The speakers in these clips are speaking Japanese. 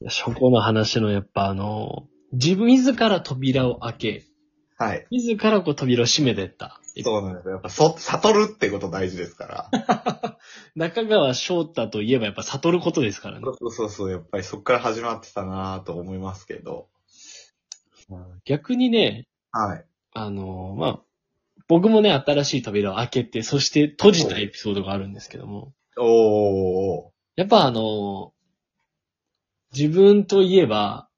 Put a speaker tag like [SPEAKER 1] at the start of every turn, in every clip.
[SPEAKER 1] やそこの話のやっぱあの、自分自ら扉を開け、
[SPEAKER 2] はい。
[SPEAKER 1] 自らこう扉を閉めてった。
[SPEAKER 2] そうなんですよ。やっぱ、そ、悟るってこと大事ですから。
[SPEAKER 1] 中川翔太といえばやっぱ悟ることですからね
[SPEAKER 2] そ。うそうそう、やっぱりそっから始まってたなぁと思いますけど。
[SPEAKER 1] 逆にね、
[SPEAKER 2] はい。
[SPEAKER 1] あの、まあ、僕もね、新しい扉を開けて、そして閉じたエピソードがあるんですけども、
[SPEAKER 2] おー。
[SPEAKER 1] やっぱあの、自分といえば、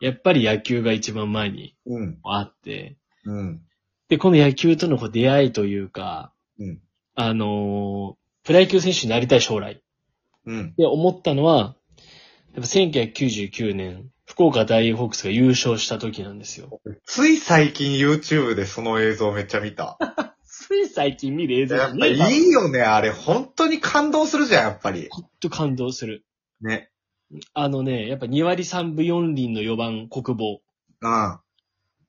[SPEAKER 1] やっぱり野球が一番前に
[SPEAKER 2] うん。
[SPEAKER 1] あって、
[SPEAKER 2] うん。
[SPEAKER 1] で、この野球とのこう出会いというか、
[SPEAKER 2] うん。
[SPEAKER 1] あのープロ野球選手になりたい将来
[SPEAKER 2] うん。
[SPEAKER 1] で思ったのは、やっぱ1999年、福岡大ホークスが優勝した時なんですよ。
[SPEAKER 2] つい最近 YouTube でその映像めっちゃ見た。
[SPEAKER 1] つい最近見る映像
[SPEAKER 2] や
[SPEAKER 1] が
[SPEAKER 2] っぱいいよね、あれ。本当に感動するじゃん、やっぱり。
[SPEAKER 1] ほっと感動する。
[SPEAKER 2] ね。
[SPEAKER 1] あのね、やっぱ2割3分4厘の4番国防。
[SPEAKER 2] うん。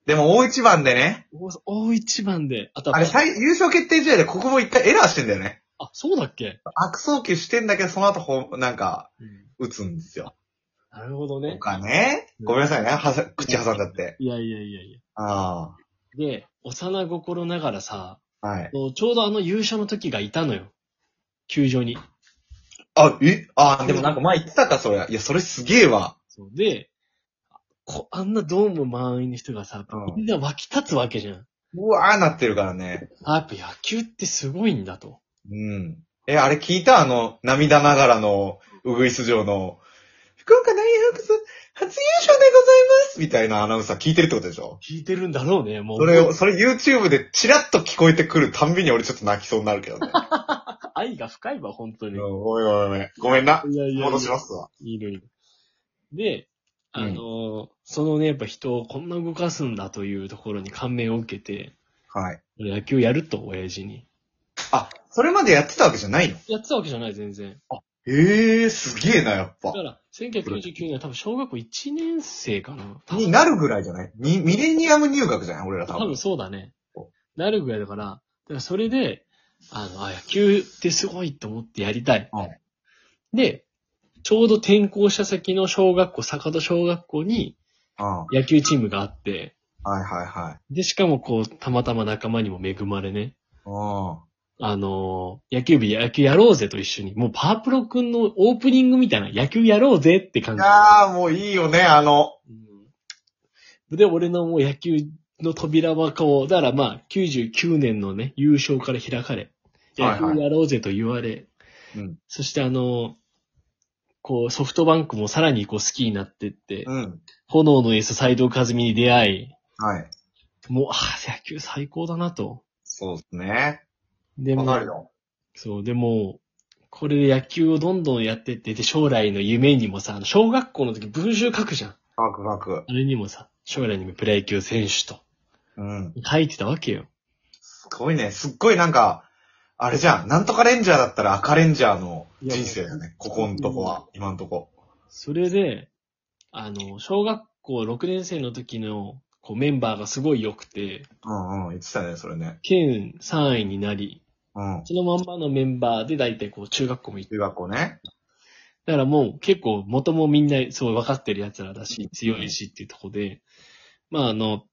[SPEAKER 2] でも大一番でね、
[SPEAKER 1] 大大一番で当たっ
[SPEAKER 2] あれ
[SPEAKER 1] た。
[SPEAKER 2] 最、優勝決定試合でここも一回エラーしてんだよね。
[SPEAKER 1] あ、そうだっけ、
[SPEAKER 2] 悪送球してんだけど、その後ほ、なんか、打つんですよ。
[SPEAKER 1] なるほど
[SPEAKER 2] と
[SPEAKER 1] ね。
[SPEAKER 2] かね。ごめんなさいね、はさ、口挟んじゃって。
[SPEAKER 1] いやいやいやいや。
[SPEAKER 2] あ
[SPEAKER 1] で、幼心ながらさ、
[SPEAKER 2] あ。はい。
[SPEAKER 1] ちょうどあの優勝の時がいたのよ。球場に。
[SPEAKER 2] あ、えあ、でもなんか前言ってたか、それ。いや、それすげえわ。
[SPEAKER 1] そうで、こあんなドーム満員の人がさ、
[SPEAKER 2] うん
[SPEAKER 1] みんな湧き立つわけじゃん。
[SPEAKER 2] うわーなってるからね。
[SPEAKER 1] あ、やっぱ野球ってすごいんだと。
[SPEAKER 2] うん。え、あれ聞いたあの、涙ながらの、うぐいす城の、福岡大ホークス、初優勝でございますみたいなアナウンサー聞いてるってことでしょ
[SPEAKER 1] 聞いてるんだろうね、もう。
[SPEAKER 2] それを、それ YouTube でチラッと聞こえてくるたんびに俺ちょっと泣きそうになるけどね。
[SPEAKER 1] 愛が深いわ、本当
[SPEAKER 2] う
[SPEAKER 1] に。
[SPEAKER 2] んごめんごめんごめん。ごめんな。
[SPEAKER 1] いやいやいや
[SPEAKER 2] 戻しますわ。
[SPEAKER 1] いるいる。で、あの
[SPEAKER 2] うん
[SPEAKER 1] ーそのね、やっぱ人をこんな動かすんだというところに感銘を受けて、
[SPEAKER 2] はい。
[SPEAKER 1] 俺野球やると、親父に。
[SPEAKER 2] あ、それまでやってたわけじゃないの
[SPEAKER 1] やってたわけじゃない、全然。
[SPEAKER 2] ええー、すげえな、やっぱ
[SPEAKER 1] だか。ら、1999年は多分小学校1年生かな。多
[SPEAKER 2] に
[SPEAKER 1] 分
[SPEAKER 2] なるぐらいじゃないミミレニアム入学じゃない俺ら多
[SPEAKER 1] 多
[SPEAKER 2] 分
[SPEAKER 1] 分。そうだね。なるぐらいだから、だからそれで、あの、あ、野球ってすごいと思ってやりたい。
[SPEAKER 2] はい
[SPEAKER 1] で、ちょうど転校した先の小学校、坂戸小学校に
[SPEAKER 2] うん。はい
[SPEAKER 1] 野球チームがあって、
[SPEAKER 2] はいはい。
[SPEAKER 1] で、しかもこう、たまたま仲間にも恵まれね、
[SPEAKER 2] うん。
[SPEAKER 1] あのー野球部野球やろうぜと一緒に、もうパープロくんのオープニングみたいな野球やろうぜって感
[SPEAKER 2] い
[SPEAKER 1] じ。
[SPEAKER 2] やー、もういいよね、あの。
[SPEAKER 1] うんで、俺のもう野球の扉はこう、だからまあ、99年のね、優勝から開かれ、
[SPEAKER 2] は
[SPEAKER 1] 野
[SPEAKER 2] いはい
[SPEAKER 1] 球やろうぜと言われ、
[SPEAKER 2] うん。
[SPEAKER 1] そしてあのーこう、ソフトバンクもさらにこう好きになってって、
[SPEAKER 2] うん。
[SPEAKER 1] 炎のエース斎藤和美に出会
[SPEAKER 2] はい。
[SPEAKER 1] い、もう、ああ、野球最高だなと。
[SPEAKER 2] そうですね。
[SPEAKER 1] で
[SPEAKER 2] わ
[SPEAKER 1] も、
[SPEAKER 2] かるよ。
[SPEAKER 1] そう、でも、これで野球をどんどんやってって、で、将来の夢にもさ、あの小学校の時文集書くじゃん。
[SPEAKER 2] ワクワク。
[SPEAKER 1] あれにもさ、将来の夢プロ野球選手と
[SPEAKER 2] うん。
[SPEAKER 1] 書いてたわけよ。
[SPEAKER 2] すごいね。すっごいなんか、あれじゃん。なんとかレンジャーだったら赤レンジャーの人生だよね。ここんとこは、今んとこ。
[SPEAKER 1] それで、あの、小学校6年生の時のこうメンバーがすごい良くて、
[SPEAKER 2] うんうん。言ってたね、それね。
[SPEAKER 1] 県3位になり、
[SPEAKER 2] うん。
[SPEAKER 1] そのまんまのメンバーで大体こう中学校も行って、
[SPEAKER 2] 中学校ね。
[SPEAKER 1] だからもう結構元もみんなすごい分かってる奴らだし、強いしっていうとこで、まああの、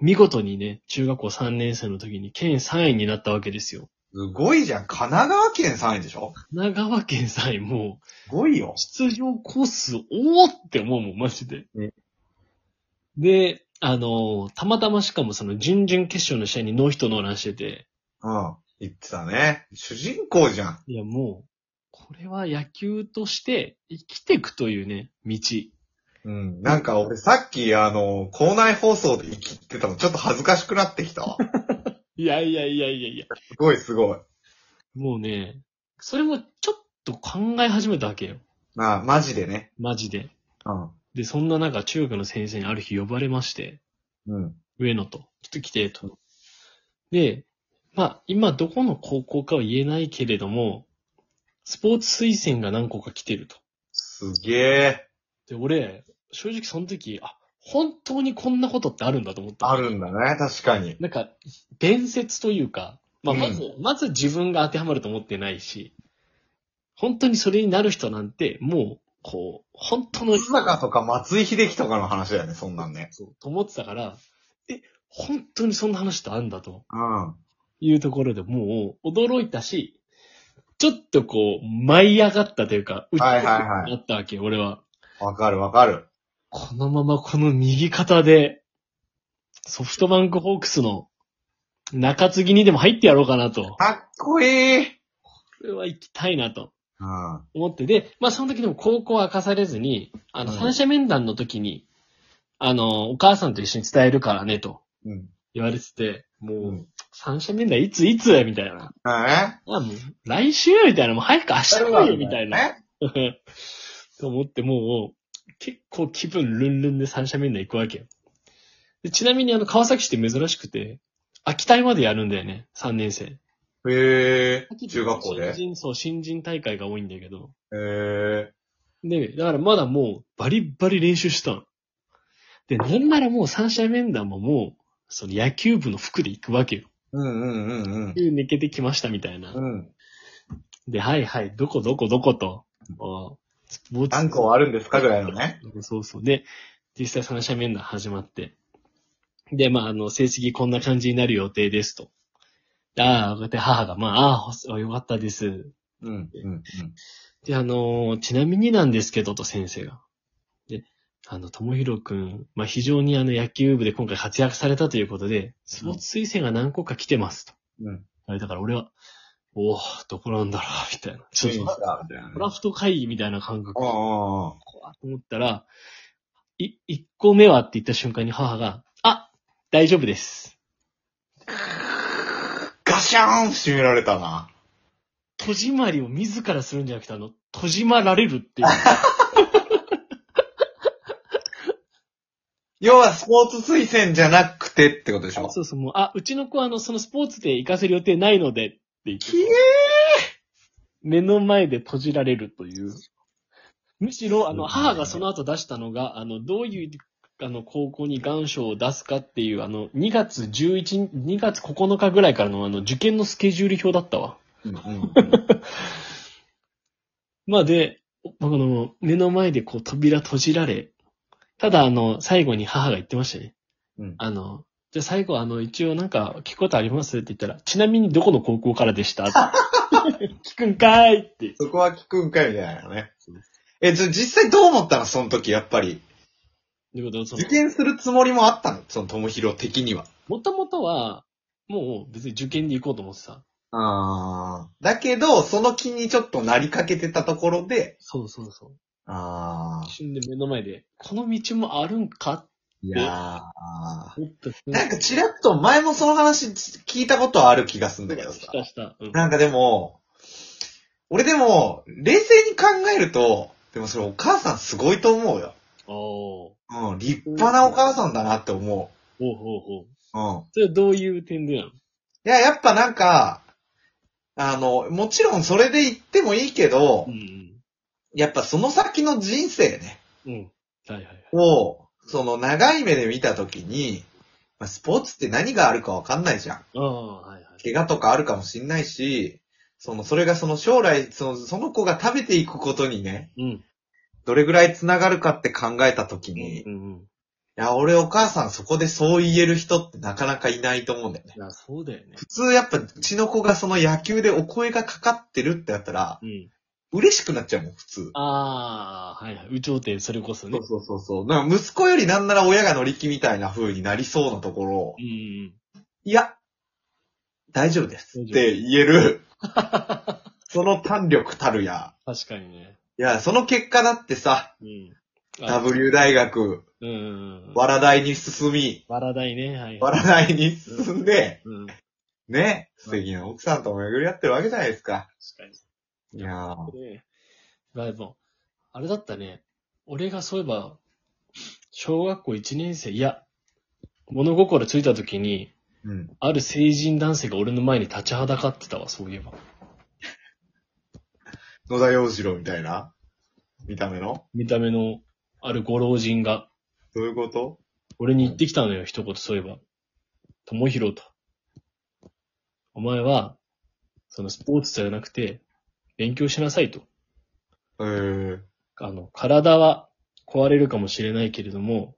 [SPEAKER 1] 見事にね、中学校3年生の時に県3位になったわけですよ。
[SPEAKER 2] すごいじゃん。神奈川県3位でしょ
[SPEAKER 1] 神奈川県3位もう、
[SPEAKER 2] すごいよ。
[SPEAKER 1] 出場コース、おーって思うもん、マジで
[SPEAKER 2] ね。
[SPEAKER 1] で、あの、たまたましかもその準々決勝の試合にノーヒットノーランしてて、
[SPEAKER 2] うん。言ってたね。主人公じゃん。
[SPEAKER 1] いやもう、これは野球として生きていくというね、道。
[SPEAKER 2] うん。なんか俺さっきあの、校内放送で生きてたのちょっと恥ずかしくなってきたわ。
[SPEAKER 1] いやいやいやいやいや。
[SPEAKER 2] すごいすごい。
[SPEAKER 1] もうね、それもちょっと考え始めたわけよ。
[SPEAKER 2] まあ、マジでね。
[SPEAKER 1] マジで。
[SPEAKER 2] うん。
[SPEAKER 1] で、そんな中、中学の先生にある日呼ばれまして、
[SPEAKER 2] うん。
[SPEAKER 1] 上野と、ちょっと来て、と。で、まあ、今どこの高校かは言えないけれども、スポーツ推薦が何個か来てると。
[SPEAKER 2] すげえ。
[SPEAKER 1] で、俺、正直その時、あ、本当にこんなことってあるんだと思った。
[SPEAKER 2] あるんだね。確かに。
[SPEAKER 1] なんか、伝説というか、まあ、
[SPEAKER 2] うん
[SPEAKER 1] まず、まず自分が当てはまると思ってないし、本当にそれになる人なんて、もう、こう、本当の、
[SPEAKER 2] 松坂とか松井秀喜とかの話だよね、そんなんね。
[SPEAKER 1] そう、と思ってたから、え、本当にそんな話ってあんだと
[SPEAKER 2] うん。
[SPEAKER 1] いうところでもう驚いたし、ちょっとこう、舞い上がったというか、う
[SPEAKER 2] はいはいはい
[SPEAKER 1] なったわけ、俺は。
[SPEAKER 2] わかるわかる。
[SPEAKER 1] このままこの右肩で、ソフトバンクホークスの中継ぎにでも入ってやろうかなと。
[SPEAKER 2] かっこいい。
[SPEAKER 1] これは行きたいなと
[SPEAKER 2] うん。
[SPEAKER 1] 思って。で、まあその時でも高校は明かされずに、あの、
[SPEAKER 2] うん
[SPEAKER 1] 三者面談の時に、あの、お母さんと一緒に伝えるからね、と
[SPEAKER 2] うん。
[SPEAKER 1] 言われてて、もう、
[SPEAKER 2] うん
[SPEAKER 1] 三者面談いついつみたいな。
[SPEAKER 2] え
[SPEAKER 1] あ、もう、来週みたいな、もう早く明日来いよ、みたいな。。 と思って、もう、結構気分ルンルンで三者面談行くわけよ。でちなみにあの、川崎市って珍しくて、秋田までやるんだよね、3年生。
[SPEAKER 2] へえ。中学校でへ
[SPEAKER 1] 新人、そう、新人大会が多いんだけど。
[SPEAKER 2] え。
[SPEAKER 1] で、だからまだもう、バリバリ練習したの。で、なんならもう三者面談ももう、その野球部の服で行くわけよ。
[SPEAKER 2] うんうんうん
[SPEAKER 1] 抜けてきましたみたいな。
[SPEAKER 2] うん。うん。
[SPEAKER 1] で、はいはい、どこどこどこと、こうスポーツ
[SPEAKER 2] 何個あるんですかぐらいのね。
[SPEAKER 1] そうそう。で、実際三者面談始まって。で、まあ、あの、成績こんな感じになる予定ですと。でああ、こうやって母が、まあ、ああほす、よかったです。
[SPEAKER 2] うんうん
[SPEAKER 1] で、あのーちなみになんですけど、と先生が。で、あの、ともひろくん、まあ、非常にあの、野球部で今回活躍されたということで、スポーツ推薦が何個か来てますと。
[SPEAKER 2] うん。うん。
[SPEAKER 1] あれだから俺は、おおどこなんだろう、みたいな。ちょっと、
[SPEAKER 2] だ、みたいなね
[SPEAKER 1] ドラフト会議みたいな感覚。
[SPEAKER 2] ああ。
[SPEAKER 1] 怖っと思ったら、い、一個目はって言った瞬間に母が、あ大丈夫です。
[SPEAKER 2] ガシャーン閉められたな。
[SPEAKER 1] 戸締まりを自らするんじゃなくて、あの、戸締まられるっていう。
[SPEAKER 2] 要はスポーツ推薦じゃなくてってことでしょ
[SPEAKER 1] そうそう、もう、あ、うちの子はあの、そのスポーツで行かせる予定ないのでって言って
[SPEAKER 2] ひ、え
[SPEAKER 1] 目の前で閉じられるという。むしろ、あの、
[SPEAKER 2] すごいね
[SPEAKER 1] 母がその後出したのが、あの、どういう、あの、高校に願書を出すかっていう、あの、2月11、2月9日ぐらいからの、あの、受験のスケジュール表だったわ。
[SPEAKER 2] うんうん
[SPEAKER 1] まあで、僕の目の前でこう扉閉じられ、ただあの、最後に母が言ってましたね。
[SPEAKER 2] うん
[SPEAKER 1] あの、じゃあ最後あの、一応なんか聞くことありますって言ったら、ちなみにどこの高校からでしたって 聞くんかいって。
[SPEAKER 2] そこは聞くんかいみたいなね。え、じゃあ実際どう思ったのその時、やっぱり。
[SPEAKER 1] ということでその
[SPEAKER 2] 受験するつもりもあったのその、ともひろ的には。
[SPEAKER 1] もともとは、もう別に受験で行こうと思ってた。
[SPEAKER 2] ああ。だけど、その気にちょっとなりかけてたところで、
[SPEAKER 1] そうそうそう。
[SPEAKER 2] ああ
[SPEAKER 1] 一。瞬で目の前で、この道もあるんかっ
[SPEAKER 2] いやー
[SPEAKER 1] て思った瞬
[SPEAKER 2] なん
[SPEAKER 1] 間。
[SPEAKER 2] かちらっと前もその話聞いたことはある気がするんだけどさ
[SPEAKER 1] し。たした。うん
[SPEAKER 2] なんかでも、俺でも、冷静に考えると、でもそれお母さんすごいと思うよ。
[SPEAKER 1] おー。
[SPEAKER 2] うん、立派なお母さんだなって思
[SPEAKER 1] ほうほうほう。
[SPEAKER 2] う。うん。
[SPEAKER 1] それはどういう点でなの
[SPEAKER 2] いや、やっぱなんか、あの、もちろんそれで言ってもいいけど、
[SPEAKER 1] ん
[SPEAKER 2] やっぱその先の人生ね、
[SPEAKER 1] うん。うん。はいはいはい。
[SPEAKER 2] を、その長い目で見たときに、まあスポーツって何があるかわかんないじゃん。
[SPEAKER 1] ああ、はいはい。
[SPEAKER 2] 怪我とかあるかもしんないし、その、それがその将来、その、その子が食べていくことにね、
[SPEAKER 1] うん。
[SPEAKER 2] どれぐらい繋がるかって考えたときに、い
[SPEAKER 1] うんうん。
[SPEAKER 2] や、俺お母さんそこでそう言える人ってなかなかいないと思うんだよね。
[SPEAKER 1] いや、そうだよね。
[SPEAKER 2] 普通やっぱ、うちの子がその野球でお声がかかってるってやったら、
[SPEAKER 1] うん。
[SPEAKER 2] 嬉しくなっちゃうもん、普通。
[SPEAKER 1] ああ、はいはい。有頂天、それこそね。
[SPEAKER 2] そうそうそう。なんか息子よりなんなら親が乗り気みたいな風になりそうなところを
[SPEAKER 1] う、ん
[SPEAKER 2] いや、大丈夫です
[SPEAKER 1] 大
[SPEAKER 2] っ
[SPEAKER 1] 丈夫
[SPEAKER 2] て言える、 その胆力たるや。
[SPEAKER 1] うん。確かにね。
[SPEAKER 2] いや、その結果だってさ、
[SPEAKER 1] うん。あ。
[SPEAKER 2] W 大学、
[SPEAKER 1] うんうんうん。
[SPEAKER 2] わら大に進み、
[SPEAKER 1] わらないね。はい。
[SPEAKER 2] わら大に進んで、
[SPEAKER 1] うん。確
[SPEAKER 2] ね、素敵な奥さんと巡り合ってるわけじゃないですか。
[SPEAKER 1] かに。
[SPEAKER 2] いやー
[SPEAKER 1] ねまあでも、あれだったね。俺がそういえば、小学校1年生、いや、物心ついた時に、
[SPEAKER 2] うん。
[SPEAKER 1] ある成人男性が俺の前に立ちはだかってたわ、そういえば。
[SPEAKER 2] 野田洋次郎みたいな見た目の
[SPEAKER 1] 見た目の、あるご老人が。
[SPEAKER 2] どういうこと
[SPEAKER 1] 俺に言ってきたのよ、一言そういえば。ともひろと。お前は、そのスポーツじゃなくて、勉強しなさいと。
[SPEAKER 2] えー、
[SPEAKER 1] あの、体は壊れるかもしれないけれども、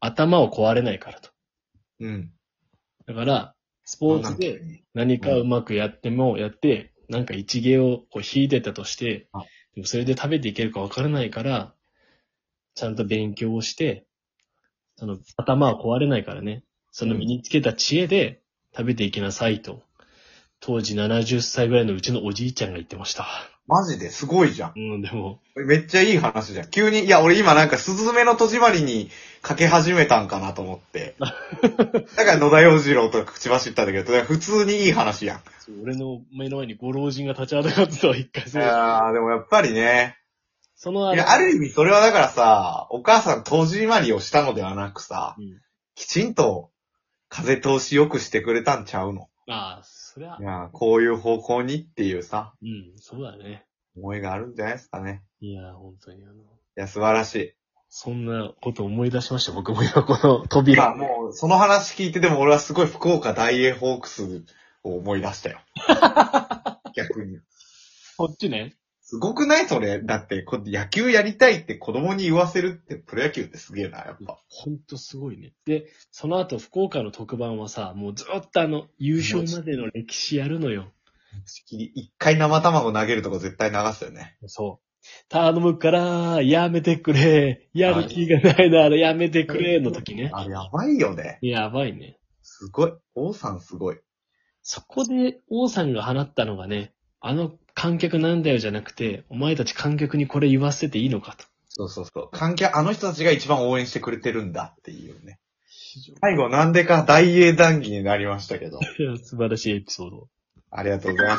[SPEAKER 1] 頭を壊れないからと。
[SPEAKER 2] うん。
[SPEAKER 1] だから、スポーツで
[SPEAKER 2] なん
[SPEAKER 1] 何
[SPEAKER 2] か
[SPEAKER 1] かうまくやっても、やって、なんか一芸をこう引いてたとして
[SPEAKER 2] あ、
[SPEAKER 1] でもそれで食べていけるかわからないから、ちゃんと勉強をして、その頭は壊れないからね、その身につけた知恵で食べていきなさいと、当時70歳ぐらいのうちのおじいちゃんが言ってました。
[SPEAKER 2] マジですごいじゃん。
[SPEAKER 1] うん、でも、
[SPEAKER 2] めっちゃいい話じゃん。急に、いや、俺今なんか、すずめの戸締まりにかけ始めたんかなと思 って。だから野田洋次郎と口走ったんだけど、だから普通にいい話やん。
[SPEAKER 1] そう俺の目の前にご老人が立ち上がってたわ、一回
[SPEAKER 2] い
[SPEAKER 1] そう。
[SPEAKER 2] やー、でもやっぱりね。
[SPEAKER 1] その
[SPEAKER 2] いや、ある意味それはだからさ、お母さん戸締まりをしたのではなくさ、
[SPEAKER 1] うん
[SPEAKER 2] きちんと風通し良くしてくれたんちゃうの。
[SPEAKER 1] ああ、そりゃ
[SPEAKER 2] い、やー、こういう方向にっていうさ、
[SPEAKER 1] うん、そうだね。
[SPEAKER 2] 思いがあるんじゃないですかね。
[SPEAKER 1] いや、本当にあの、
[SPEAKER 2] いや、素晴らしい。
[SPEAKER 1] そんなこと思い出しました、僕も今 この扉。
[SPEAKER 2] 今もう、その話聞いてでも俺はすごい福岡ダイエーホークスを思い出し たよ。逆に。
[SPEAKER 1] こっちね。
[SPEAKER 2] すごくないそれ。だって、こ野球やりたいって子供に言わせるってプロ野球ってすげえな、やっぱ。
[SPEAKER 1] ほんとすごいね。で、その後福岡の特番はさ、もうずっとあの、優勝までの歴史やるのよ。
[SPEAKER 2] 一回生卵投げるとこ絶対流すよね。
[SPEAKER 1] そう。頼むから、やめてくれ。やる気がないならやめてくれ。の時ね。
[SPEAKER 2] あ、やばいよね。
[SPEAKER 1] やばいね。
[SPEAKER 2] すごい。王さんすごい。
[SPEAKER 1] そこで王さんが放ったのがね、あの観客なんだよじゃなくて、お前たち観客にこれ言わせていいのかと。
[SPEAKER 2] そうそうそう。関係、あの人たちが一番応援してくれてるんだっていうね。最後なんでか大英談義になりましたけど。
[SPEAKER 1] いや素晴らしいエピソード。
[SPEAKER 2] ありがとうございま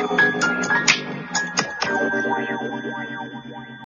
[SPEAKER 2] した。